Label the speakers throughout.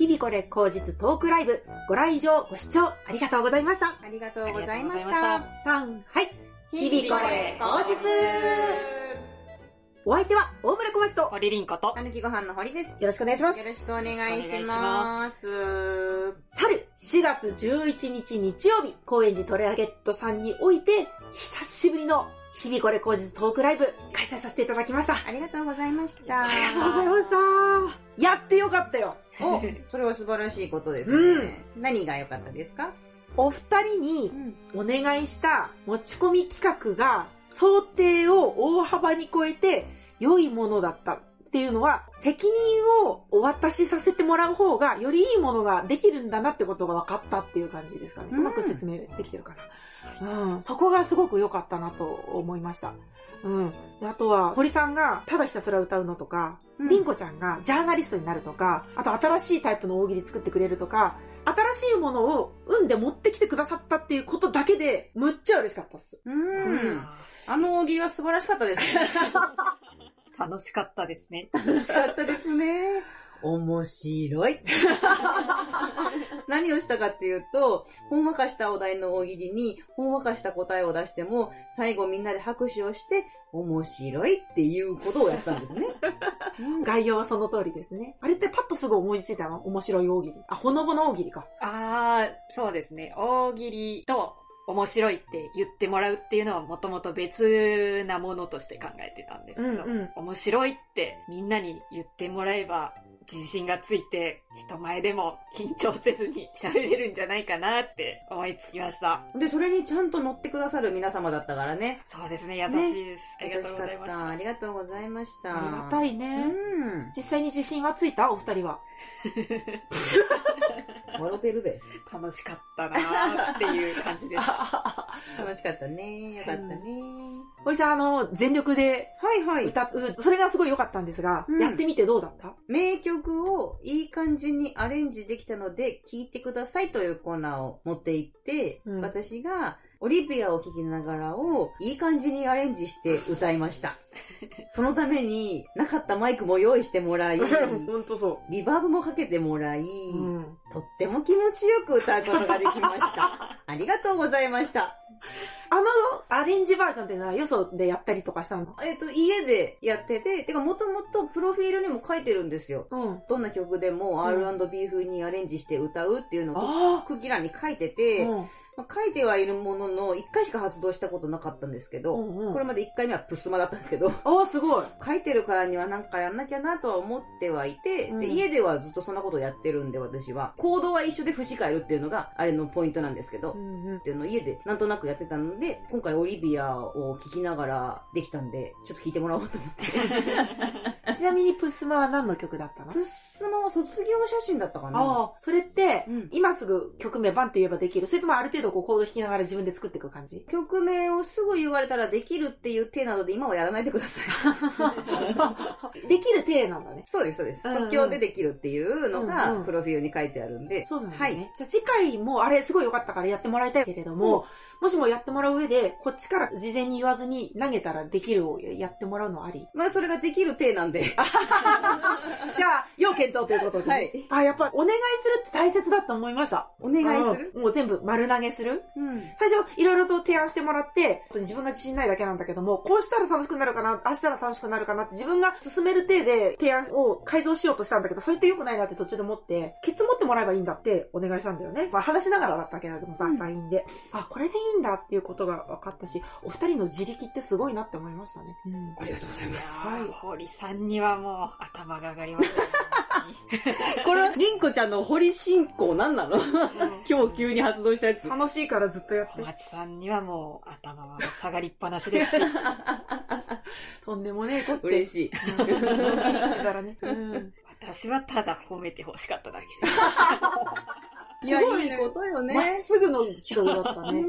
Speaker 1: ニコレ口実トークライブ、ご来場、ご視聴ありがとうございました。
Speaker 2: ありがとうございまし
Speaker 3: ありがとうござい
Speaker 2: た。
Speaker 1: さん、はい。日々これ口実
Speaker 2: 実
Speaker 1: お相手は、大村小町と、よ
Speaker 3: 堀凛子と、
Speaker 2: たぬきご飯の堀です。よ
Speaker 1: ろしくお願いします。
Speaker 2: ろしくお願いします。
Speaker 1: 去る4月11日日曜日、高円寺トレアゲットさんにおいて、久しぶりの日々これ口実トークライブ、開催させていただきました。あ
Speaker 2: ありがとうございました。
Speaker 3: あ
Speaker 1: りがとうございました。やってよかったよ。
Speaker 2: お、それは素晴らしいことですね。何が良かったですか
Speaker 1: お二人にお願いした持ち込み企画が想定を大幅に超えて良いものだったっていうのは責任をお渡しさせてもらう方がより良いものができるんだなってことが分かったっていう感じですかね。
Speaker 2: う
Speaker 1: うんまく説明できてるかな。うん。そこがすごく良かったなと思いました。うん。であとは、堀さんがただひたすら歌うのとか、
Speaker 2: うん
Speaker 1: りんこちゃんがジャーナリストになるとか、あと新しいタイプの大喜利作ってくれるとか、新しいものを産んで持ってきてくださったっていうことだけで、むっちゃ嬉しかったっす。
Speaker 2: う
Speaker 3: うん
Speaker 2: ん。あの大喜利は素晴らしかったですね。
Speaker 3: 楽しかったですね。
Speaker 2: 楽しかったですね。面白い。 何をしたかっていうと、ほんわかしたお題の大喜利に、ほんわかした答えを出しても、最後みんなで拍手をして、面白いっていうことをやったんですね。
Speaker 1: 概要はその通りですね。あれってパッとすぐ思いついたの面白い大喜利。あ、ほのぼの大喜利か。
Speaker 3: ああ、そうですね。大喜利と面白いって言ってもらうっていうのはもともと別なものとして考えてたんですけど、
Speaker 1: うん。
Speaker 3: 面白いってみんなに言ってもらえば自信がついて人前でも緊張せずに喋れるんじゃないかなって思いつきました。
Speaker 2: で、それにちゃんと乗ってくださる皆様だったからね。
Speaker 3: そうですね、優しいです。ありがとうございま
Speaker 2: 優し
Speaker 3: し
Speaker 2: かった
Speaker 3: た
Speaker 2: あ。りがとうございました。
Speaker 1: ありがたいね。
Speaker 2: うん。
Speaker 1: 実際に自信はついたお二人は。
Speaker 2: 笑ってるで。
Speaker 3: 楽しかったなーっていう感 じです。
Speaker 2: 楽しかったね。よかったね。
Speaker 1: 堀さん、あの、全力で
Speaker 2: はいはい。
Speaker 1: 歌う、それがすごい良かったんですが、
Speaker 2: うん
Speaker 1: やってみてどうだった
Speaker 2: 名曲をいい感じにアレンジできたので聴いてくださいというコーナーを持って行って、
Speaker 1: うん
Speaker 2: 私がオリビアを聴きながらをいい感じにアレンジして歌いました。 そのためになかったマイクも用意しても らい、
Speaker 1: んとそ
Speaker 2: リバーブもかけてもらい、
Speaker 1: うん。
Speaker 2: とっても気持ちよく歌うことができま した。ありがとうございました。
Speaker 1: あの、アレンジバージョンっていうのはよそでやったりとかしたの
Speaker 2: えっ、と、家でやってて、てかもともとプロフィールにも書いてるんですよ。
Speaker 1: うん。
Speaker 2: どんな曲でも R&B 風にアレンジして歌うっていうのを
Speaker 1: あ
Speaker 2: 区切らに書いて
Speaker 1: あ。
Speaker 2: て、
Speaker 1: うん。
Speaker 2: まあ書いてはいるものの、1回しか発動したことなかったんですけど、
Speaker 1: うんうん
Speaker 2: これまで1回目はプスマだったんですけど、
Speaker 1: ああ、すごい。
Speaker 2: 書いてるからにはなんかやんなきゃなとは思ってはいて、
Speaker 1: うん
Speaker 2: で家ではずっとそんなことやってるんで私は、行動は一緒で節変えるっていうのがあれのポイントなんですけど、
Speaker 1: んうん
Speaker 2: っ。ていうのを家でなんとなくやってたので、今回オリビアを聴きながらできたんで、ちょっと聴いてもらおうと思って。
Speaker 1: ちなみにプスマは何の曲だったの
Speaker 2: プスマは卒業写真だったかな
Speaker 1: ああ、それって、
Speaker 2: うん
Speaker 1: 今すぐ曲名バンと言えばできるそれともある程度こうコード弾きながら自分で作っていく感じ
Speaker 2: 曲名をすぐ言われたらできるっていう手なので今はやらないでくださ い。
Speaker 1: できる体なんだね。
Speaker 2: そうです、そうです。
Speaker 1: うんうん
Speaker 2: 即興でできるっていうの
Speaker 1: うん
Speaker 2: が
Speaker 1: う、ん
Speaker 2: プロフィールに書いてあるんで。
Speaker 1: そうなんだね。
Speaker 2: はい。
Speaker 1: じゃあ次回もあれすごい良かったからやってもらいたいけれども、もしもやってもらう上で、こっちから事前に言わずに投げたらできるをやってもらうのはあ り
Speaker 2: まあ、それができる体なんで。
Speaker 1: じゃあ、要検討ということで。
Speaker 2: はい
Speaker 1: あ、やっぱお願いするって大切だと思いました。
Speaker 2: お願いする
Speaker 1: うんもう全部丸投げする
Speaker 2: うん。
Speaker 1: 最初、いろいろと提案してもらって、本当に自分が自信ないだけなんだけども、こうしたら楽しくなるかな、ああしたら楽しくなるかなって、自分が進める体で提案を改造しようとしたんだけど、それって良くないなって途中で思って、ケツ持ってもらえばいいんだってお願いしたんだよね。まあ話しながらだったけれどもさ、
Speaker 2: うん
Speaker 1: LINE で。あ、これでいいんだっていうことが分かったし、お二人の自力ってすごいなって思いましたね。うん。
Speaker 2: ありがとうございま
Speaker 3: はい、堀さんにはもう頭が上がります、ね。
Speaker 2: これは、りんこちゃんの堀進行なんな の 今日急に発動したやつ。
Speaker 1: 楽しいからずっとやっ
Speaker 3: 小
Speaker 1: て。
Speaker 3: 町さんにはもう頭が下がりっぱなしですし、
Speaker 1: とんでもねえこと。
Speaker 2: 嬉
Speaker 1: しい。
Speaker 2: しい。
Speaker 1: だらね。うん。
Speaker 3: 私はただ褒めて欲しかっただけ
Speaker 2: い
Speaker 3: で
Speaker 2: や、
Speaker 1: すごい
Speaker 2: い
Speaker 1: ね
Speaker 2: いことよ
Speaker 1: まっ
Speaker 2: ね。
Speaker 1: すぐの人だった
Speaker 2: う
Speaker 1: ね。
Speaker 2: ん。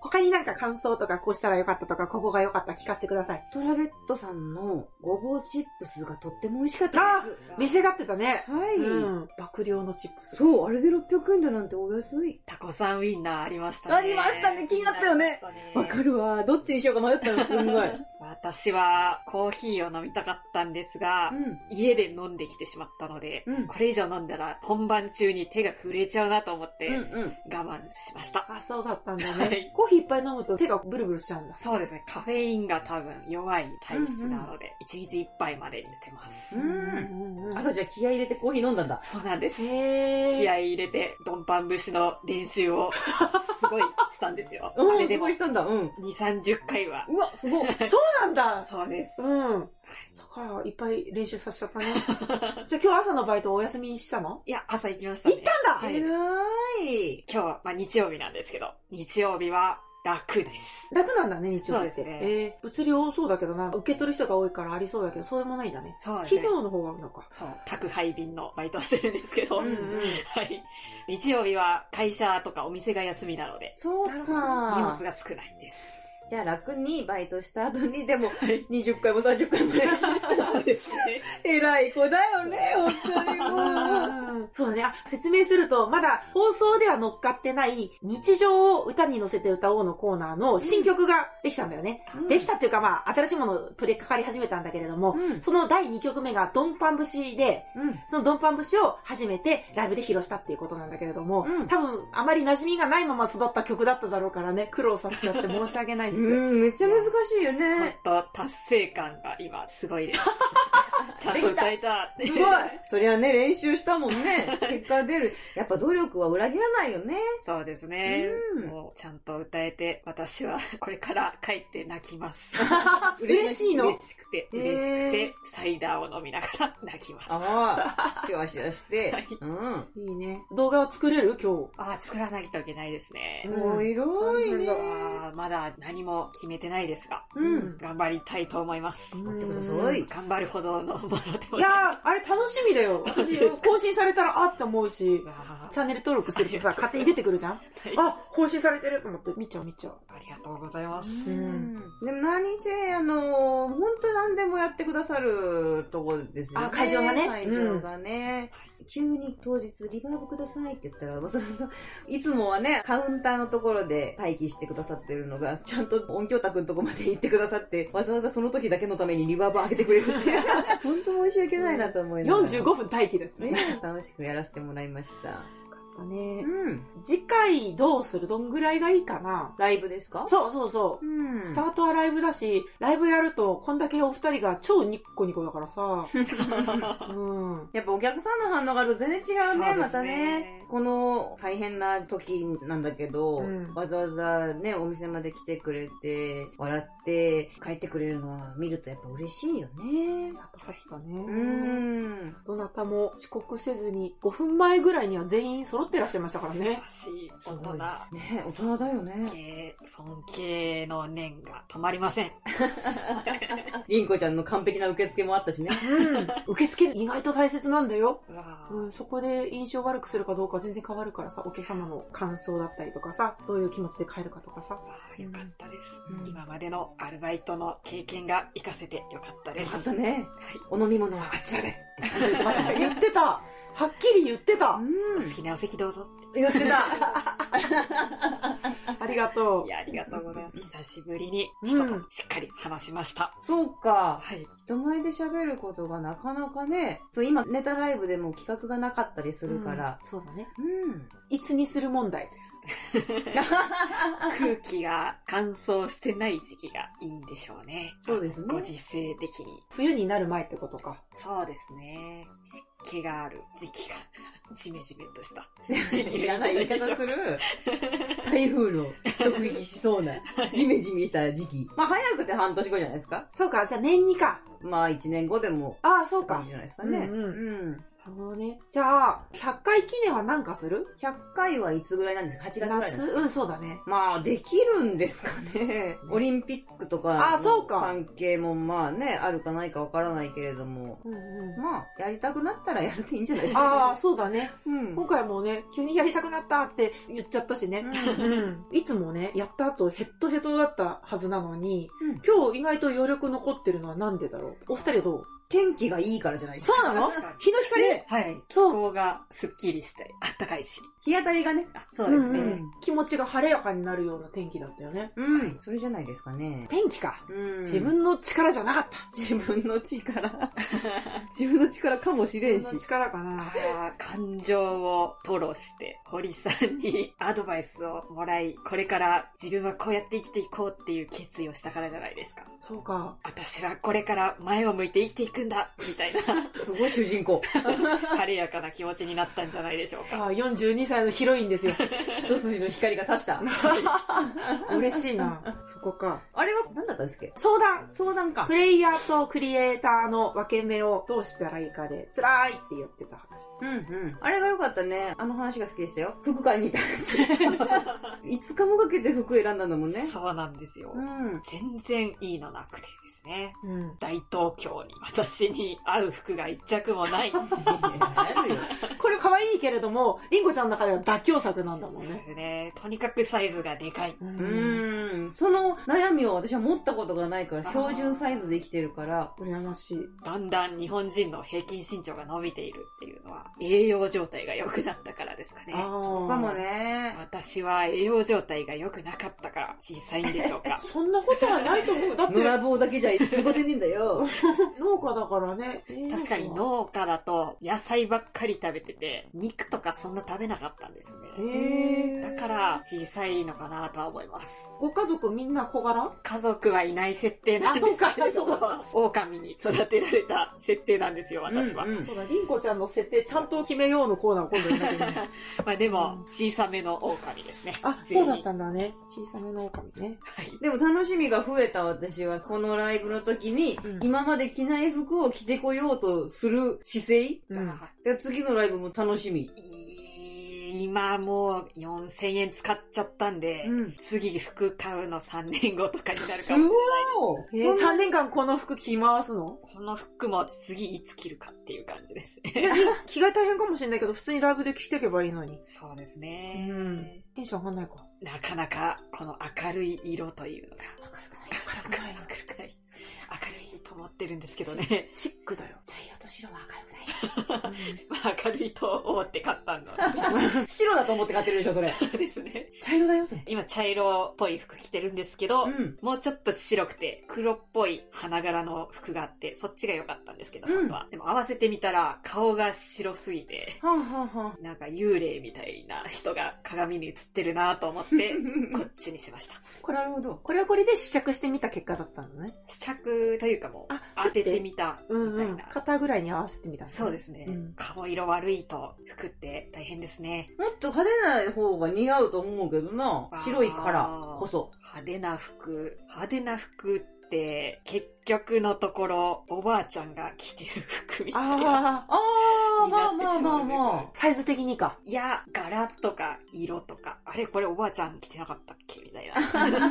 Speaker 1: 他になんか感想とか、こうしたらよかったとか、ここがよかった聞かせてください。
Speaker 2: トラベットさんのごぼうチップスがとっても美味しかったです。
Speaker 3: す。
Speaker 1: 召し上がってたね。
Speaker 2: はい。
Speaker 1: うん。爆量のチップス。
Speaker 2: そう、あれで600円だなんてお安い。
Speaker 3: タコさんウインナーありましたね。
Speaker 2: ありましたね気になったよね
Speaker 3: 気になりましたね
Speaker 2: わかるわ。どっちにしようか迷ったの、すんごい。
Speaker 3: ま私はコーヒーを飲みたかったんですが、
Speaker 2: うん。
Speaker 3: 家で飲んできてしまったので、
Speaker 2: うん
Speaker 3: これ以上飲んだら本番中に手が震えちゃうなと思って
Speaker 2: うんうん。
Speaker 3: 我慢しました。
Speaker 1: あ、そうだったんだ
Speaker 3: は
Speaker 1: ね
Speaker 3: い。
Speaker 1: コーヒーいっぱい飲むと手がブルブルしちゃうんだ。
Speaker 3: そうですね、カフェインが多分弱い体質なので、1日1杯までにしてます。
Speaker 2: うん
Speaker 1: ん
Speaker 2: 朝じゃあ気合い入れてコーヒー飲んだんだ。
Speaker 3: そうなんです。
Speaker 1: へー。
Speaker 3: 気合い入れて、ドンパン節の練習をすごいしたんですよ。あ
Speaker 2: う
Speaker 3: れ
Speaker 2: ん、
Speaker 3: ですも
Speaker 2: ごいしたんだ。うん。
Speaker 3: 2、30回は。
Speaker 2: うわ、すごい。
Speaker 1: そうなんだ。
Speaker 3: そうです。
Speaker 1: うん。だから、いっぱい練習させちゃったね。 じゃあ今日朝のバイトお休みにしたの
Speaker 3: いや、朝行きましたね。
Speaker 1: 行ったんだ
Speaker 3: はい。
Speaker 2: 偉
Speaker 3: 今
Speaker 2: い。
Speaker 3: 日は、まあ日曜日なんですけど、日曜日は楽です。
Speaker 1: 楽なんだね、日曜日って。
Speaker 3: そうですね
Speaker 1: えー、物流多そうだけどな、受け取る人が多いからありそうだけど、そうでもないんだね。
Speaker 3: そうですね
Speaker 1: 企。業の方があるのか。
Speaker 3: そう、宅配便のバイトをしてるんですけど、
Speaker 2: うんうん
Speaker 3: はい。日曜日は会社とかお店が休みなので、
Speaker 2: そう
Speaker 1: なるほど
Speaker 3: 荷物
Speaker 2: か。
Speaker 3: が少ないです。
Speaker 2: じゃあ楽にバイトした後に、でも
Speaker 3: い、
Speaker 2: 20回も30回も練習したら、
Speaker 3: ですね。
Speaker 2: 偉い子だよね、本当に
Speaker 1: う
Speaker 2: もう。
Speaker 1: んそうだね。あ、説明すると、まだ放送では乗っかってない日常を歌に乗せて歌おうのコーナーの新曲ができたんだよね。
Speaker 2: うん
Speaker 1: できたっていうかまあ、新しいものを取り掛かり始めたんだけれども、
Speaker 2: うん。
Speaker 1: その第2曲目がドンパン節で、
Speaker 2: うん。
Speaker 1: そのドンパン節を初めてライブで披露したっていうことなんだけれども、
Speaker 2: うん
Speaker 1: 多分あまり馴染みがないまま育った曲だっただろうからね、苦労させちゃって申し訳ないです。
Speaker 2: うん、めっちゃ難しいよ
Speaker 3: 本
Speaker 2: ね。
Speaker 3: 当達成感が今すごいです。ちゃんと歌えたって。
Speaker 2: すごい。そりゃね、練習したもんね。結果出る。やっぱ努力は裏切らないよね。
Speaker 3: そうですね。
Speaker 2: うん
Speaker 3: もうちゃんと歌えて、私は これから帰って泣きます。
Speaker 1: 嬉しいの
Speaker 3: 嬉しくて、嬉しくて、サイダーを飲みながら泣きます。
Speaker 2: ああ、シュワシュワして。
Speaker 3: はい
Speaker 2: うん。
Speaker 1: いいね。動画を作れる今
Speaker 3: ああ、作らないといけないですね。
Speaker 2: もう広いね。
Speaker 3: あーまだ何も決めてないですが、
Speaker 1: 日。
Speaker 2: うん。
Speaker 3: 頑張りたいと思います。
Speaker 1: うん
Speaker 2: 待ってください。
Speaker 3: 頑張るほどのものでも
Speaker 1: いやー、あれ楽しみだよ。私、更新されたらあって思うし
Speaker 3: う、わ
Speaker 1: チャンネル登録するとさ、
Speaker 3: ありがとうございます
Speaker 1: 勝手に出てくるじゃん
Speaker 3: ーはい
Speaker 1: あ、更新されてると思って、見ちゃう見 ちゃう。
Speaker 3: ありがとうございます。
Speaker 1: ん
Speaker 2: でも何せ、あのー、本当何でもやってくださるとこですよね。
Speaker 1: あ会場がね
Speaker 2: 会場がね。急に当日リバーブくださいって言ったら、もうそれさ、いつもはね、カウンターのところで待機してくださってるのが、ちゃんと音響卓のとこまで行ってくださって、わざわざその時だけのためにリバーブ上げてくれるって。 本当申し訳ないなと思いながら。
Speaker 1: 45分待機ですね。
Speaker 2: ね、楽しくやらせてもらいました。
Speaker 1: ね
Speaker 2: うん。
Speaker 1: 次回どうするどんぐらいがいいかな
Speaker 2: ライブですか
Speaker 1: そうそうそう。
Speaker 2: う。うん。
Speaker 1: スタートはライブだし、ライブやると、こんだけお二人が超ニッコニコだからさ。うん。
Speaker 2: やっぱお客さんの反応があると全然違うね、
Speaker 3: そうですね
Speaker 2: またね。この大変な時なんだけど、
Speaker 1: うん
Speaker 2: わざわざね、お店まで来てくれて、笑って帰ってくれるのは見るとやっぱ嬉しいよね。
Speaker 1: やばかった
Speaker 2: う
Speaker 1: ね。
Speaker 2: ん。
Speaker 1: どなたも遅刻せずに、5分前ぐらいには全員揃ってらっしゃいましたからね。
Speaker 3: 素晴らしい大人。
Speaker 2: ね、大人だよね。
Speaker 3: 敬尊敬の念が止まりません。
Speaker 2: りんこちゃんの完璧な受付もあったしね。
Speaker 1: うん。受付意外と大切なんだよ。
Speaker 3: うわー
Speaker 1: うん、そこで印象悪くするかどうか全然変わるからさ、お客様の感想だったりとかさ、どういう気持ちで帰るかとか さ。
Speaker 3: わーよかったです、
Speaker 2: うん
Speaker 3: 今までのアルバイトの経験が活かせてよかったで
Speaker 2: よ
Speaker 3: す。
Speaker 2: か
Speaker 3: は
Speaker 2: ったね。
Speaker 3: い
Speaker 2: お飲み物はあちらで。
Speaker 1: 言ってたはっきり言ってた
Speaker 2: う
Speaker 3: お好きなお席どうぞ。
Speaker 2: 言ってた。
Speaker 1: ありがと
Speaker 3: いや、ありがとうございます。久しぶりに
Speaker 1: うん
Speaker 3: 人としっかり話しました。
Speaker 2: そうか。
Speaker 3: はい。
Speaker 2: 人前で喋ることがなかなかね、そう今ネタライブでも企画がなかったりす
Speaker 1: う。
Speaker 2: るから。
Speaker 1: うん。そうだね。
Speaker 2: うん。
Speaker 1: いつにする問題。
Speaker 3: 空気が乾燥してない時期がいいんでしょうね。
Speaker 2: そうですね
Speaker 3: ご時世的に。
Speaker 1: 冬になる前ってことか。
Speaker 3: そうですね。湿気がある時期が、 ジメジメとした時期が
Speaker 2: 嫌な言い方する。 台風の直撃しそうな、ジメジメした時期。まあ早くて半年後じゃないですか。
Speaker 1: そうか、じゃあ年にか。
Speaker 2: まあ1年後でも、
Speaker 1: ああ、そう
Speaker 2: 感
Speaker 1: か
Speaker 2: じ。じゃないですかね。
Speaker 1: うんうん
Speaker 2: うん
Speaker 1: なるほどね。じゃあ、100回記念は何かする
Speaker 2: 100回はいつぐらいなんですか ?8 月ぐらいです
Speaker 1: 夏
Speaker 2: か
Speaker 1: うん、そうだね。
Speaker 2: まあ、できるんですかね。オリンピックとか
Speaker 1: あそ
Speaker 2: の
Speaker 1: うか
Speaker 2: 関係もまあね、あるかないかわからないけれども、
Speaker 1: うんう
Speaker 2: まあ、やりたくなったらやるっていいんじゃないです
Speaker 1: ああ、
Speaker 2: か。
Speaker 1: そうだね。
Speaker 2: うん
Speaker 1: 今回もね、急にやりたくなったって言っちゃったしね。うん。いつもね、やった後ヘッドヘッドだったはずなのに、
Speaker 2: うん
Speaker 1: 今日意外と余力残ってるのはなんでだろうお二人どう
Speaker 2: 天気がいいからじゃないです
Speaker 1: そ
Speaker 2: か。
Speaker 1: うなの
Speaker 3: 確かに
Speaker 1: 日の光、
Speaker 2: ね
Speaker 3: はい。気
Speaker 1: そう
Speaker 3: 候がすっきりして、あったかいし。
Speaker 2: 日当たりがね。
Speaker 3: あそうですね。
Speaker 2: うん
Speaker 1: 気持ちが晴れやかになるような天気だったよね。
Speaker 2: うん。それじゃないですかね。
Speaker 1: 天気か。
Speaker 2: うん
Speaker 1: 自分の力じゃなかった。
Speaker 2: 自分の力。 自分の力かもしれんし
Speaker 1: 自分。の力かな。
Speaker 3: あー感情を吐露して、堀さんにアドバイスをもらい、これから自分はこうやって生きていこうっていう決意をしたからじゃないですか。
Speaker 1: そうか。
Speaker 3: 私はこれから前を向いて生きていくんだみたい な
Speaker 2: すごい主人公。
Speaker 3: 晴れやかな気持ちになったんじゃないでしょうか。
Speaker 1: あ42歳のヒロインです よ。
Speaker 2: 一筋の光が差した。
Speaker 1: 嬉しいな。そこか。
Speaker 2: あれは何だったんですっけ
Speaker 1: 相談
Speaker 2: 相談か
Speaker 1: プ。レイヤーとクリエイターの分け目をどうしたらいいかで、辛いって言ってた話。
Speaker 2: うんうん。あれが良かったね。あの話が好きでしたよ。服買いに行った話。5日も かけて服選んだんだもんね。
Speaker 3: そうなんですよ。
Speaker 2: うん。
Speaker 3: 全然いいのなくてですね。
Speaker 1: うん。
Speaker 3: 大東京に私に合う服が一着もない。
Speaker 2: あるよ。
Speaker 1: これ可愛いけれども、リンゴちゃんの中では妥協策なんだも
Speaker 3: そ
Speaker 1: ん
Speaker 3: うで
Speaker 1: ね。
Speaker 3: すね。とにかくサイズがでかい。
Speaker 1: う
Speaker 2: う。ーん。その悩みを私は持ったことがないから、標準サイズで生きてるから、
Speaker 1: 羨ましい。
Speaker 3: だんだん日本人の平均身長が伸びているっていうのは、栄養状態が良くなったからですかね。
Speaker 1: あ
Speaker 2: かも。ね。
Speaker 3: 私は栄養状態が良くなかったから小さいんでしょう
Speaker 1: 。
Speaker 3: か
Speaker 1: そんなことはないと思う。だって
Speaker 2: 野、良棒だけじゃ過ごせねえんだよ。
Speaker 1: 農家だからね。
Speaker 3: 確かに農家だと野菜ばっかり食べてて、肉とかそんな食べなかったんです
Speaker 1: へ
Speaker 3: ね。だ
Speaker 1: え。
Speaker 3: から小さいのかなとは思います。
Speaker 1: ご家族みんな小柄
Speaker 3: 家族はいない設定なんですけれど
Speaker 1: あそうか
Speaker 3: も、狼に育てられた設定なんですよ、私は。
Speaker 2: うんうん
Speaker 1: そうだ、リンコちゃんの設定ちゃんと決めようのコーナーを今度やんなきゃいけない
Speaker 3: まあで
Speaker 1: うん
Speaker 3: も、小さめの狼ですね。
Speaker 1: あ、そうだったんだね。小さめの狼ね。
Speaker 3: はい。
Speaker 2: でも楽しみが増えた私は、このライブの時に、
Speaker 1: うん
Speaker 2: 今まで着ない服を着てこようとする姿勢
Speaker 1: うん。
Speaker 3: あ
Speaker 2: で次のライブも楽しみ。
Speaker 3: い今もう4000円使っちゃったんで、
Speaker 2: うん
Speaker 3: 次服買うの3年後とかになる
Speaker 2: う
Speaker 3: か
Speaker 2: わ
Speaker 3: もしれない。
Speaker 1: え
Speaker 2: ー
Speaker 1: ー、
Speaker 2: そん
Speaker 1: 3年間この服着回すの
Speaker 3: この服も次いつ着るかっていう感じです ね。
Speaker 1: 着替え大変かもしれないけど、普通にライブで着てけばいいのに。
Speaker 3: そうですね。
Speaker 1: うんテンション上がんないか。
Speaker 3: なかなかこの明るい色というのが。明るくない明るくない。明るいと思ってるんですけどね。
Speaker 1: シックだよ。
Speaker 3: 茶色と白は明るくない。まあ明るいと思って買ったの
Speaker 2: 白だと思って買ってるでしょ、それ。
Speaker 3: でですね。
Speaker 1: 茶色だよ、それ。
Speaker 3: 今茶色っぽい服着てるんですけど、
Speaker 2: うん。
Speaker 3: もうちょっと白くて黒っぽい花柄の服があって、そっちが良かったんですけど、
Speaker 2: うん
Speaker 3: 本当は。でも合わせてみたら顔が白すぎて、
Speaker 2: はんはんはん。
Speaker 3: なんか幽霊みたいな人が鏡に映ってるなと思って、こっちにしました。
Speaker 2: これなるほど。
Speaker 1: これはこれで試着してみた結果だったんだね。
Speaker 3: 試着というかもう
Speaker 1: あ
Speaker 3: 当ててみたみたいな。
Speaker 1: うんうん。肩ぐらいに合わせてみたんだね
Speaker 3: そうですね、
Speaker 1: うん
Speaker 3: 顔色悪いと服って大変ですね。
Speaker 2: もっと派手ない方が似合うと思うけどな
Speaker 3: あ。ー
Speaker 2: 白いからこそ。
Speaker 3: 派手な服、派手な服って結局のところおばあちゃんが着てる服みたい
Speaker 1: あ
Speaker 3: な。
Speaker 2: あー、
Speaker 3: に
Speaker 2: ま
Speaker 3: な
Speaker 2: あ
Speaker 3: って
Speaker 2: まあ
Speaker 3: し
Speaker 2: ま
Speaker 3: ま
Speaker 2: あ
Speaker 3: うんです
Speaker 2: ま
Speaker 1: あ、サイズ的にか。
Speaker 3: いや、柄とか色とか、あれこれおばあちゃん着てなかったっけみた いな。
Speaker 2: あ。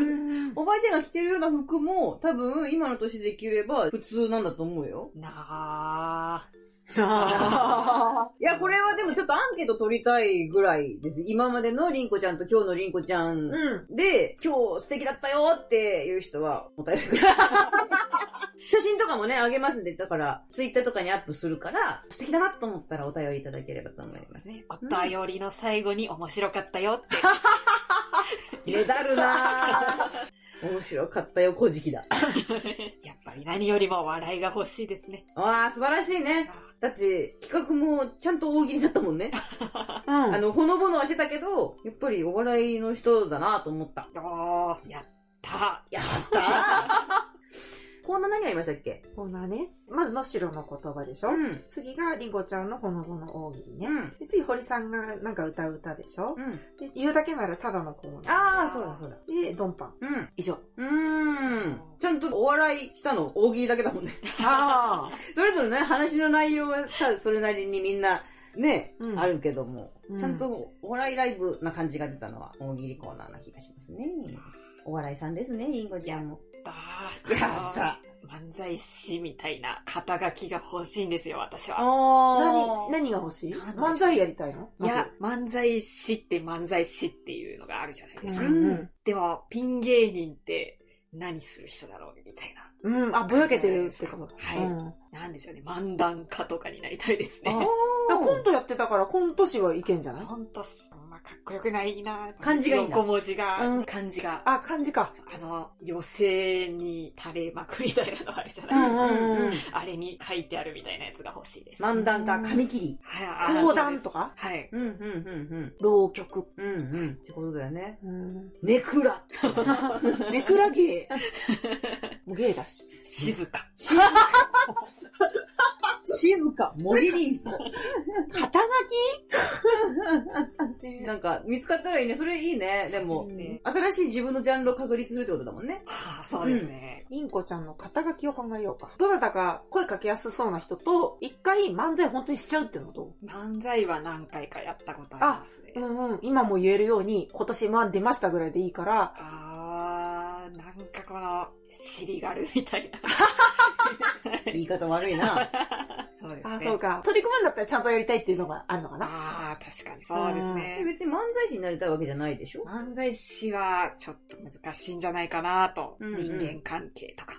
Speaker 2: おばあちゃんが着てるような服も、多分今の年で着れば普通なんだと思うよ。
Speaker 3: なあ。
Speaker 1: あ
Speaker 2: いや、これはでもちょっとアンケート取りたいぐらいです。今までのリンコちゃんと今日のリンコちゃん
Speaker 1: ーうん。
Speaker 2: で、今日素敵だったよっていう人はお便りく ださい。写真とかもね、あげますんで、だから、ツイッターとかにアップするから、素敵だなと思ったらお便りいただければと思います。
Speaker 3: ね、お便りの最後に面白かったよって。
Speaker 2: ねだるなぁ。面白かったよ、小じきだ。
Speaker 3: やっぱり何よりも笑いが欲しいですね。
Speaker 2: わあ素晴らしいね。
Speaker 3: あ
Speaker 2: だって、企画もちゃんと大喜利だったもんね。あの、ほのぼのはしてたけど、やっぱりお笑いの人だなと思った。
Speaker 3: おー、やった。
Speaker 2: やったーこんな何がいましたっけ
Speaker 1: コーナーね。まず、のしろの言葉でしょ。
Speaker 2: ん。
Speaker 1: 次が、りんごちゃんのほのぼの大喜利ね。
Speaker 2: うん。
Speaker 1: で、次、堀さんがなんか歌う歌でしょ。
Speaker 2: うん。
Speaker 1: で、言うだけならただのコーナー。
Speaker 2: ああ、そうだそうだ。
Speaker 1: で、ドンパン。
Speaker 2: うん。
Speaker 1: 以上。
Speaker 2: うーん。ちゃんとお笑いしたの大喜利だけだも んね。
Speaker 1: ああ。
Speaker 2: それぞれね、話の内容はさ、それなりにみんな、ね、
Speaker 1: うん
Speaker 2: あるけども、
Speaker 1: うん
Speaker 2: ちゃんとお笑いライブな感じが出たのは大喜利コーナーな気がしますね。お笑いさんですね、インゴちゃんも。
Speaker 3: や
Speaker 2: やった。
Speaker 3: 漫才師みたいな肩書きが欲しいんですよ、私は。
Speaker 2: お
Speaker 1: 何、何が欲しい
Speaker 3: なんでしょう
Speaker 1: 漫才やりたいの
Speaker 3: いや、漫才師って漫才師っていうのがあるじゃないですか。
Speaker 2: うん
Speaker 3: でも、ピン芸人って何する人だろうみたいな。
Speaker 1: うん。うん。あ、ぼやけてるってこと
Speaker 3: はい
Speaker 1: うん
Speaker 3: なんでしょうね、漫談家とかになりたいですね。
Speaker 1: あー
Speaker 3: なん
Speaker 1: コントやってたからコント師はいけんじゃない
Speaker 3: ほんと、あんまかっこよくないな
Speaker 2: 漢字がいいんだ
Speaker 3: 横文字が、
Speaker 1: うん
Speaker 3: 漢字が。
Speaker 1: あ、漢字か。
Speaker 3: あの、寄せに垂れ幕みたいなのあるじゃ
Speaker 1: う
Speaker 3: ないです
Speaker 1: ん
Speaker 3: か。
Speaker 1: うんうん。
Speaker 3: あれに書いてあるみたいなやつが欲しいです。
Speaker 2: 漫談家、紙切り。
Speaker 3: はい、あ
Speaker 1: 講談とか
Speaker 3: はい。
Speaker 2: うん、うん、うん、
Speaker 1: 浪曲。
Speaker 2: うん。うん、うん。ってことだよね。
Speaker 1: うん。
Speaker 2: ネクラ。
Speaker 1: ネクラ芸。 もう芸だし。
Speaker 3: 静か。
Speaker 2: 静か、森林 子。
Speaker 1: 肩書 き
Speaker 2: なんか、見つかったらいいね。それいいね。でも、
Speaker 3: そうですね
Speaker 2: 新しい自分のジャンルを確立するってことだもんね。
Speaker 3: はあ、そうですね。
Speaker 1: インコちゃんの肩書きを考えようか。どなたか声かけやすそうな人と、一回漫才本当にしちゃうってのと。
Speaker 3: 漫才は何回かやったことありますね。
Speaker 1: うんうん。今も言えるように、今年漫出ましたぐらいでいいから、
Speaker 3: あー、なんかこの、尻軽みたいな。
Speaker 2: 言い方悪いな。
Speaker 3: そうですね。
Speaker 1: あ、そうか。取り組むんだったらちゃんとやりたいっていうのがあるのかな。
Speaker 3: あー、確かにそうです
Speaker 2: え
Speaker 3: ね。
Speaker 2: 別に漫才師になりたいわけじゃないで しょ
Speaker 3: 漫才師はちょっと難しいんじゃないかなと。
Speaker 2: うんうん
Speaker 3: 人間関係とか。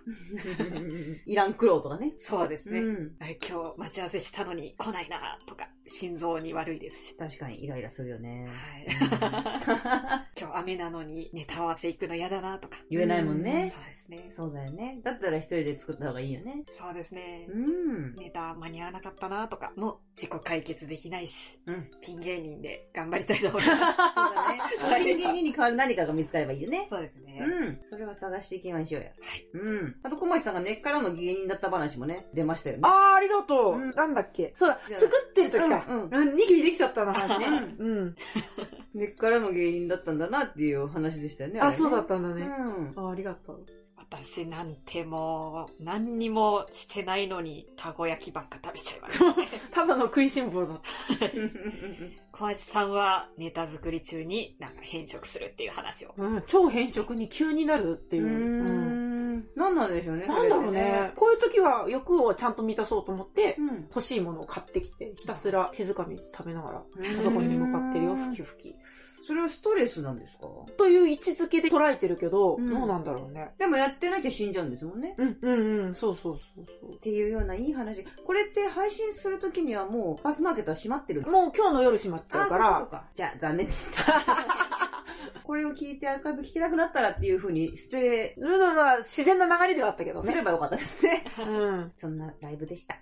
Speaker 2: いらん苦労とかね。
Speaker 3: そうですね。
Speaker 2: うん。
Speaker 3: あれ今日待ち合わせしたのに来ないなとか、心臓に悪いですし。
Speaker 2: 確かにイライラするよ ね。
Speaker 3: は
Speaker 2: う
Speaker 3: い。
Speaker 2: ん
Speaker 3: 今日雨なのにネタ合わせ行くの嫌だなとか。
Speaker 2: 言えないもん
Speaker 3: そうで
Speaker 2: ね。
Speaker 3: すね。
Speaker 2: そうだよね。だったら一人で作った方がいいよね。
Speaker 3: そうですね。
Speaker 2: うん。
Speaker 3: ネタ間に合わなかったなとかも自己解決できないし、
Speaker 2: うん
Speaker 3: ピン芸人で頑張りたいと思います。
Speaker 2: そうだね。
Speaker 3: はい
Speaker 2: ピン芸人に変わる何かが見つかればいいよね。
Speaker 3: そうですね。
Speaker 2: うん。それは探していきましょうや。
Speaker 3: はい。
Speaker 2: うん。あと、小町さんが根っからの芸人だった話もね、出ましたよね。
Speaker 1: あー、ありがとう。
Speaker 2: うん
Speaker 1: なんだっけ。そうだ、
Speaker 2: じゃあ
Speaker 1: 作ってる時か。
Speaker 2: うん
Speaker 1: うん、ニキビできちゃったな、話ね。うん。
Speaker 2: 根っからの芸人だったんだなっていう話でしたよね。
Speaker 1: あ、そうだっ
Speaker 2: った
Speaker 1: んだ
Speaker 2: た
Speaker 1: ね。
Speaker 2: うん。
Speaker 1: あ、ありがとう。
Speaker 3: 私なんてもう、何にもしてないのに、たこ焼きばっか食べちゃい ましたね。
Speaker 1: ただの食いしん坊だった。
Speaker 3: 小町さんはネタ作り中になんか変色するっていう話を。
Speaker 1: うん、超変色に急になるって
Speaker 2: う
Speaker 1: い
Speaker 2: ー
Speaker 1: う。うん
Speaker 2: ん。何なんでしょうね、そ
Speaker 1: なん
Speaker 2: れ
Speaker 1: だ
Speaker 2: っ
Speaker 1: ろ
Speaker 2: て
Speaker 1: うね。。こういう時は欲をちゃんと満たそうと思って、
Speaker 2: うん。
Speaker 1: 欲しいものを買ってきて、ひたすら手づかみ食べながら、パソコンに向かってるよ、ふきふき。
Speaker 2: それはストレスなんですか
Speaker 1: という位置づけで捉えてるけど、
Speaker 2: うん
Speaker 1: どうなんだろうね。
Speaker 2: でもやってなきゃ死んじゃうんですもんね。
Speaker 1: うん、うん、うん、そうそうそうそ
Speaker 2: っていうようないい話。これって配信するときにはもう、パスマーケットは閉まってる
Speaker 1: う。もう今日の夜閉まっちゃうか
Speaker 2: あそう
Speaker 1: ら、
Speaker 2: かじゃあ、残念でした。 これを聞いてアーカイブ聞きたくなったらっていうふうに捨て
Speaker 1: ルナは自然な流れではあったけど
Speaker 2: すれ
Speaker 1: ね。
Speaker 2: ばよかったですね。
Speaker 1: うん。
Speaker 2: そんなライブでした。
Speaker 1: よ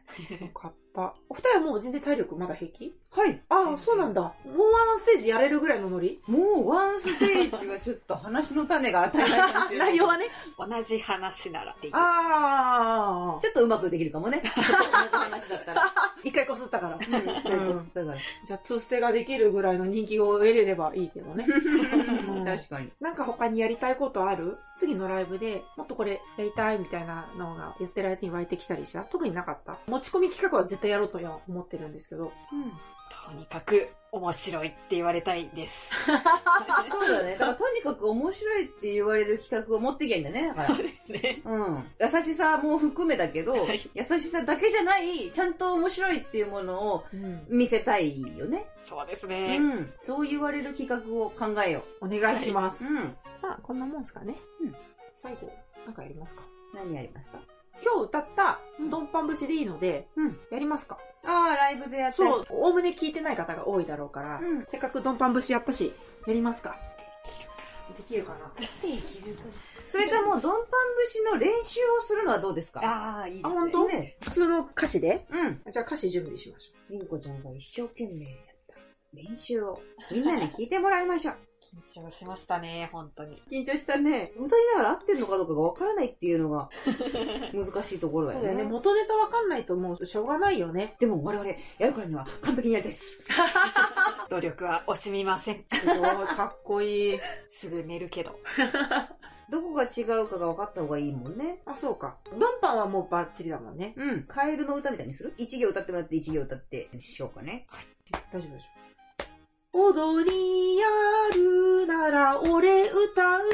Speaker 1: かった。お二人はもう全然体力まだ平気
Speaker 2: はい。
Speaker 1: ああ、そうなんだ。もうワンステージやれるぐらいのノリ
Speaker 2: もうワンステージはちょっと話の種が与えないかもしれない
Speaker 1: 内容はね。
Speaker 3: 同じ話ならっていう
Speaker 1: ああ
Speaker 2: ちょっとうまくできるかもね。 同じ話だったら。
Speaker 1: 一回こすったから。
Speaker 2: うんだから。
Speaker 1: じゃあ、ツーステができるぐらいの人気を得れればいいけど ね。ん
Speaker 2: 確かに。
Speaker 1: なんか他にやりたいことある次のライブで、もっとこれやりたいみたいなのがやってる相手に湧いてきたりした特になかった持ち込み企画は絶対やろうとは思ってるんですけ ど。
Speaker 3: とにかく面白いって言われたい です。
Speaker 2: そうだね。だからとにかく面白いって言われる企画を持っていけばいいんだね。だから
Speaker 3: そうですね。
Speaker 2: うん、優しさも含めだけど、
Speaker 3: はい
Speaker 2: 優しさだけじゃない、ちゃんと面白いっていうものを
Speaker 1: うん。
Speaker 2: 見せたいよね。
Speaker 3: そうです
Speaker 2: う
Speaker 3: ね。
Speaker 2: ん。そう言われる企画を考えよ
Speaker 1: お願いします。
Speaker 2: う。うん。
Speaker 1: まあ、こんなもんすかね。
Speaker 2: うん
Speaker 1: 最後、なんかやりますか
Speaker 2: 何やりますか
Speaker 1: 今日歌ったドンパン節でいいので、
Speaker 2: うん
Speaker 1: やりますか
Speaker 2: ああ、ライブでやった
Speaker 1: そう、おおむね聞いてない方が多いだろうから、
Speaker 2: うん
Speaker 1: せっかくドンパン節やったし、やりますかできるかな
Speaker 2: それかもう、ドンパン節の練習をするのはどうですか
Speaker 3: ああ、いいですね。
Speaker 1: あ本当
Speaker 2: ね。
Speaker 1: 普通の歌詞で
Speaker 2: うん。
Speaker 1: じゃあ歌詞準備しましょ
Speaker 2: りんこちゃんが一生懸命やった練習をみんなに聞いてもらいましょう。
Speaker 3: 緊張しましたね、本当に。
Speaker 2: 緊張したね。歌いながら合ってるのかどうかがわからないっていうの が難しいところ
Speaker 1: う。
Speaker 2: だ
Speaker 1: そ
Speaker 2: よ
Speaker 1: うだよね。
Speaker 2: ね。
Speaker 1: 元ネタわかんないともうしょうがないよ ね。
Speaker 2: でも我々やるからには完璧にやりたいです。
Speaker 3: 努力は惜しみません。
Speaker 1: すごい、かっこいい。
Speaker 3: すぐ寝るけど。
Speaker 2: どこが違うかが分かった方がいいもんね。
Speaker 1: あ、そうか。ドンパンはもうバッチリだもんね。
Speaker 2: うん。カエルの歌みたいにする一行歌ってもらって一行歌ってしようかね。
Speaker 1: 大丈夫、大丈夫。踊りやるなら俺歌う。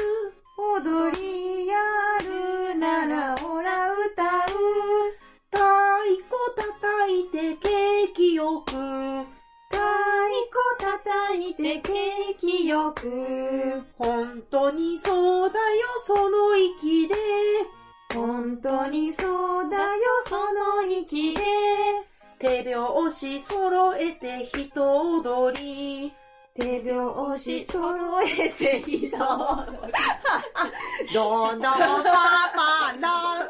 Speaker 2: 踊りやるならオラ歌う。
Speaker 1: 太鼓叩いてケーキよく。
Speaker 2: 太鼓叩いてケーキよく。
Speaker 1: 本当にそうだよ、その息で。
Speaker 2: 本当にそうだよ、その息で。
Speaker 1: 手拍子揃えて人踊り。
Speaker 2: 手拍子揃えていた。どんどんパパのパ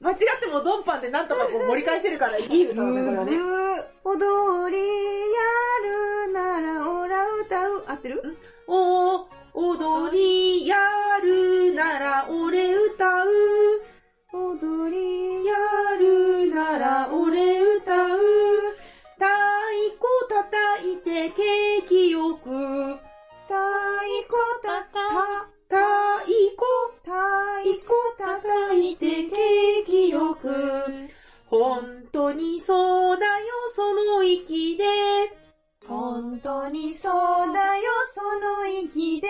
Speaker 1: 間違ってもドンパンでなんとかこう盛り返せるからいい歌だね、これ
Speaker 2: む
Speaker 1: は
Speaker 2: ず
Speaker 1: ね。
Speaker 2: 踊りやるならオラ歌う。合ってる
Speaker 1: おー、踊りやるなら俺歌う。
Speaker 2: 踊りや
Speaker 1: やるなら俺歌う。太鼓叩いて景気よく。
Speaker 2: 太鼓たた。
Speaker 1: 太鼓
Speaker 2: 太鼓たた
Speaker 1: 叩いて景気よく。本当にそうだよ、その息で。
Speaker 2: 本当にそうだよ、その息で。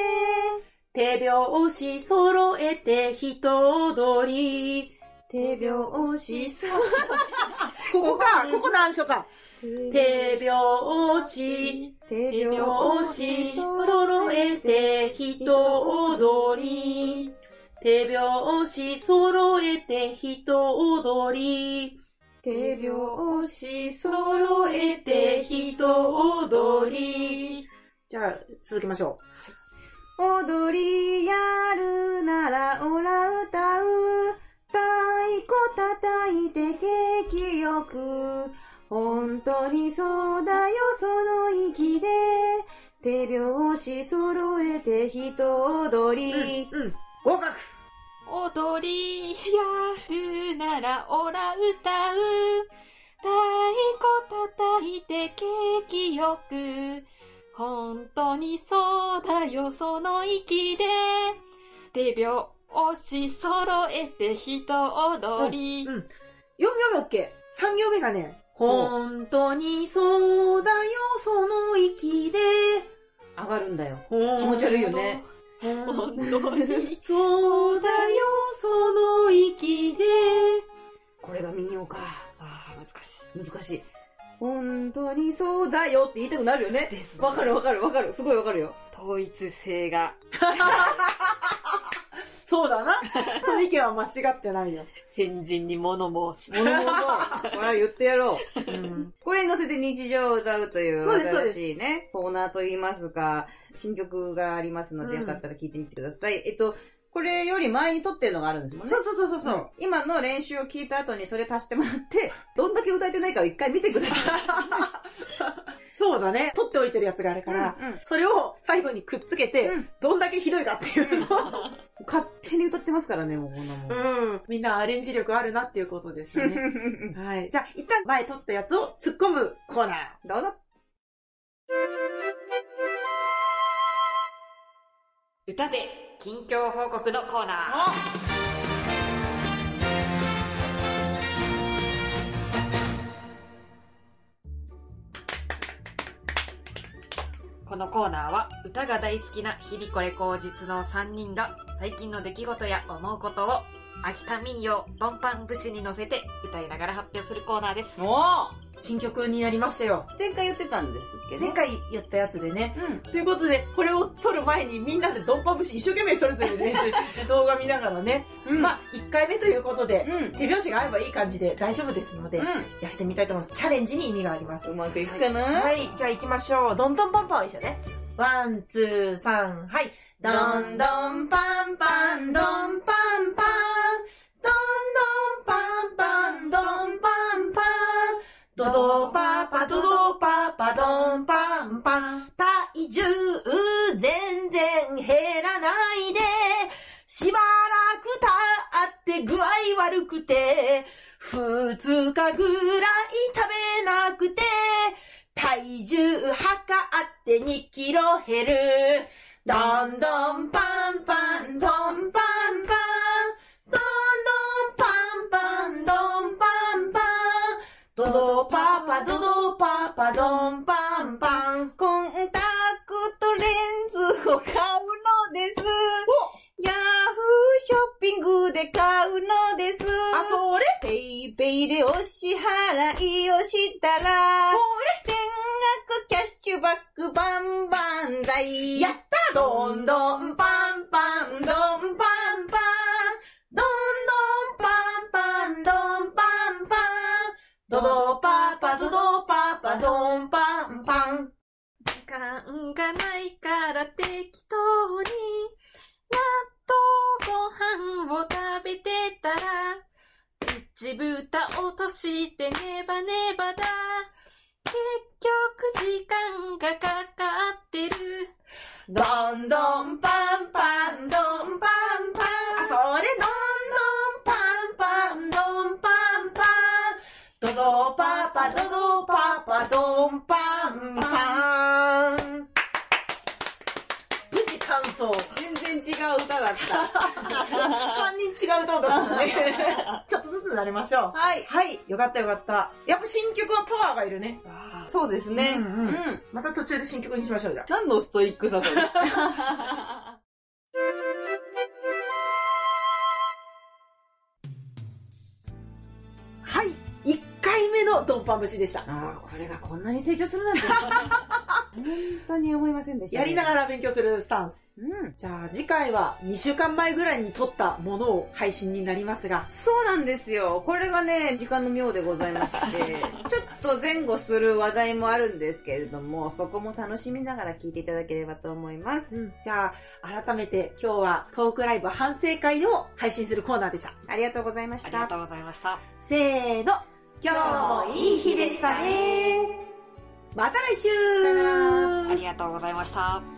Speaker 1: 手拍子揃えて人踊り。
Speaker 2: 手拍子そう。
Speaker 1: ここか、ここ難所か。手拍子、
Speaker 2: 手
Speaker 1: 手拍子、揃えて人踊り。手拍子揃えて人踊り。
Speaker 2: 手拍子揃えて人踊り。
Speaker 1: じゃあ、続きましょ
Speaker 2: 踊りやるならオラ歌う。太鼓叩いて景気よく。本当にそうだよ、その息で。手拍子揃えて人踊
Speaker 1: う。
Speaker 2: り。
Speaker 1: うん、うん。合格
Speaker 3: 踊りやるならオラ歌う。太鼓叩いて景気よく。本当にそうだよ、その息で。手拍子揃えて人踊り。
Speaker 1: うん。4行目 OK。3行目がね、本当にそうだよ、その息で。
Speaker 2: 上がるんだよ。
Speaker 1: 気持
Speaker 2: ち悪いよね。
Speaker 3: 本当に。
Speaker 1: そうだよ、その息で。
Speaker 2: これが民謡か。
Speaker 3: ああ、難し
Speaker 2: 難しい。本当にそうだよって言いたくなるよね
Speaker 3: い。。です。
Speaker 2: わかるわかるわかる。すごいわかるよ。
Speaker 3: 統一性が
Speaker 1: そうだ な。その意見は間違ってないよ。
Speaker 3: 先人に物申す。
Speaker 2: ものもの。ほら、言ってやろう。
Speaker 1: うん。
Speaker 2: これに乗せて日常を歌うという
Speaker 1: そうですそうで
Speaker 2: 新
Speaker 1: す
Speaker 2: しいね、コーナーといいますか、新曲がありますので、
Speaker 1: うん
Speaker 2: よかったら聴いてみてください。えっと、これより前に撮ってるのがあるんですもんね。
Speaker 1: そうそうそうそうそう。
Speaker 2: 今の練習を聞いた後にそれ足してもらって、どんだけ歌えてないかを一回見てください。
Speaker 1: そうだね。取っておいてるやつがあるから、
Speaker 2: うん
Speaker 1: それを最後にくっつけて、
Speaker 2: うん
Speaker 1: どんだけひどいかっていうのを、
Speaker 2: 勝手に歌ってますからね、もうこんなもん。
Speaker 1: うん。みんなアレンジ力あるなっていうことでしたね。はい。じゃあ、一旦前取ったやつを突っ込むコーナー。
Speaker 2: どうぞ。
Speaker 3: 歌で近況報告のコーナー。このコーナーは歌が大好きな日々これ口実の3人が最近の出来事や思うことを秋田民謡ドンパン節に乗せて歌いながら発表するコーナーです。
Speaker 2: お
Speaker 1: 新曲になりましたよ。
Speaker 2: 前回言ってたんですっけど。
Speaker 1: 前。回言ったやつでね。
Speaker 2: うん。
Speaker 1: ということで、これを撮る前にみんなでドンパ節一生懸命それぞれ練 習、動画見ながらね。
Speaker 2: うん。
Speaker 1: まあ、1回目ということで、
Speaker 2: うん。
Speaker 1: 手拍子が合えばいい感じで大丈夫ですので、
Speaker 2: うん。
Speaker 1: やってみたいと思います。チャレンジに意味があります
Speaker 2: う。まくいくかな、
Speaker 1: はい、じゃあ行きましょう。どんどんパンパン一緒ね。ワン、ツー、サン、はい。どんどんパンパン、どんパンパン。どんどんパンパン、どんパンパン。ドドパパ、ドドパパ、どんパンパン。体重全然減らないで。しばらく経って具合悪くて。二日ぐらい食べなくて。体重測って2キロ減る。どんどんパンパン、どんパンパン。どんどんパンパン、どんパンパン。ドドパパ、ドドパパ、どんパンパン。
Speaker 2: コンタクトレンズを買うのです。ヤフーショッピングで買うのです。
Speaker 1: あ、それ
Speaker 2: ペイペイでお支払いをしたら、全額キャッシュバックバンバンだい。
Speaker 1: やったどんどんパンパン、どんパンパン。どんどんパンパン、どんパンパン。ドドパパ、
Speaker 3: 地ぶた落としてネバネバだ。結局時間がかかってる。
Speaker 2: どんどんパンパン、どんパンパン。あ、それどんどんパンパン、どんパンパン。ドドパパ、ドドパパ、どんパンパン。無事完走。
Speaker 4: 全然違う歌だ った。
Speaker 1: 3人違う歌を出すのね。 ちょっとずつ慣れましょう。
Speaker 4: はい。
Speaker 1: はい、よかったよかった。やっぱ新曲はパワーがいるね。
Speaker 4: そうです
Speaker 1: う
Speaker 4: ね。
Speaker 1: ん
Speaker 4: う
Speaker 1: うん。
Speaker 4: ん。
Speaker 1: また途中で新曲にしましょう、じゃあ。
Speaker 2: 何のストイックさだろう
Speaker 1: はい、1回目のドンパン節でした。
Speaker 4: ああ、これがこんなに成長するなんて。本当に思いませんでした、
Speaker 1: やりな
Speaker 4: ら。
Speaker 1: がら勉強するスタンス。
Speaker 4: うん。
Speaker 1: じゃあ次回は2週間前ぐらいに撮ったものを配信になりますが、
Speaker 2: そうなんですよ。これがね、時間の妙でございまして、 ちょっと前後する話題もあるんですけれども、そこも楽しみながら聞いていただければと思います。
Speaker 1: じゃあ改めて今日はトークライブ反省会を配信するコーナーでした。
Speaker 2: ありがとうございまし
Speaker 3: ありが
Speaker 2: た。
Speaker 3: とうございました。
Speaker 1: せーの、今日もいい日でしたね。また来週
Speaker 3: ありがとうございました。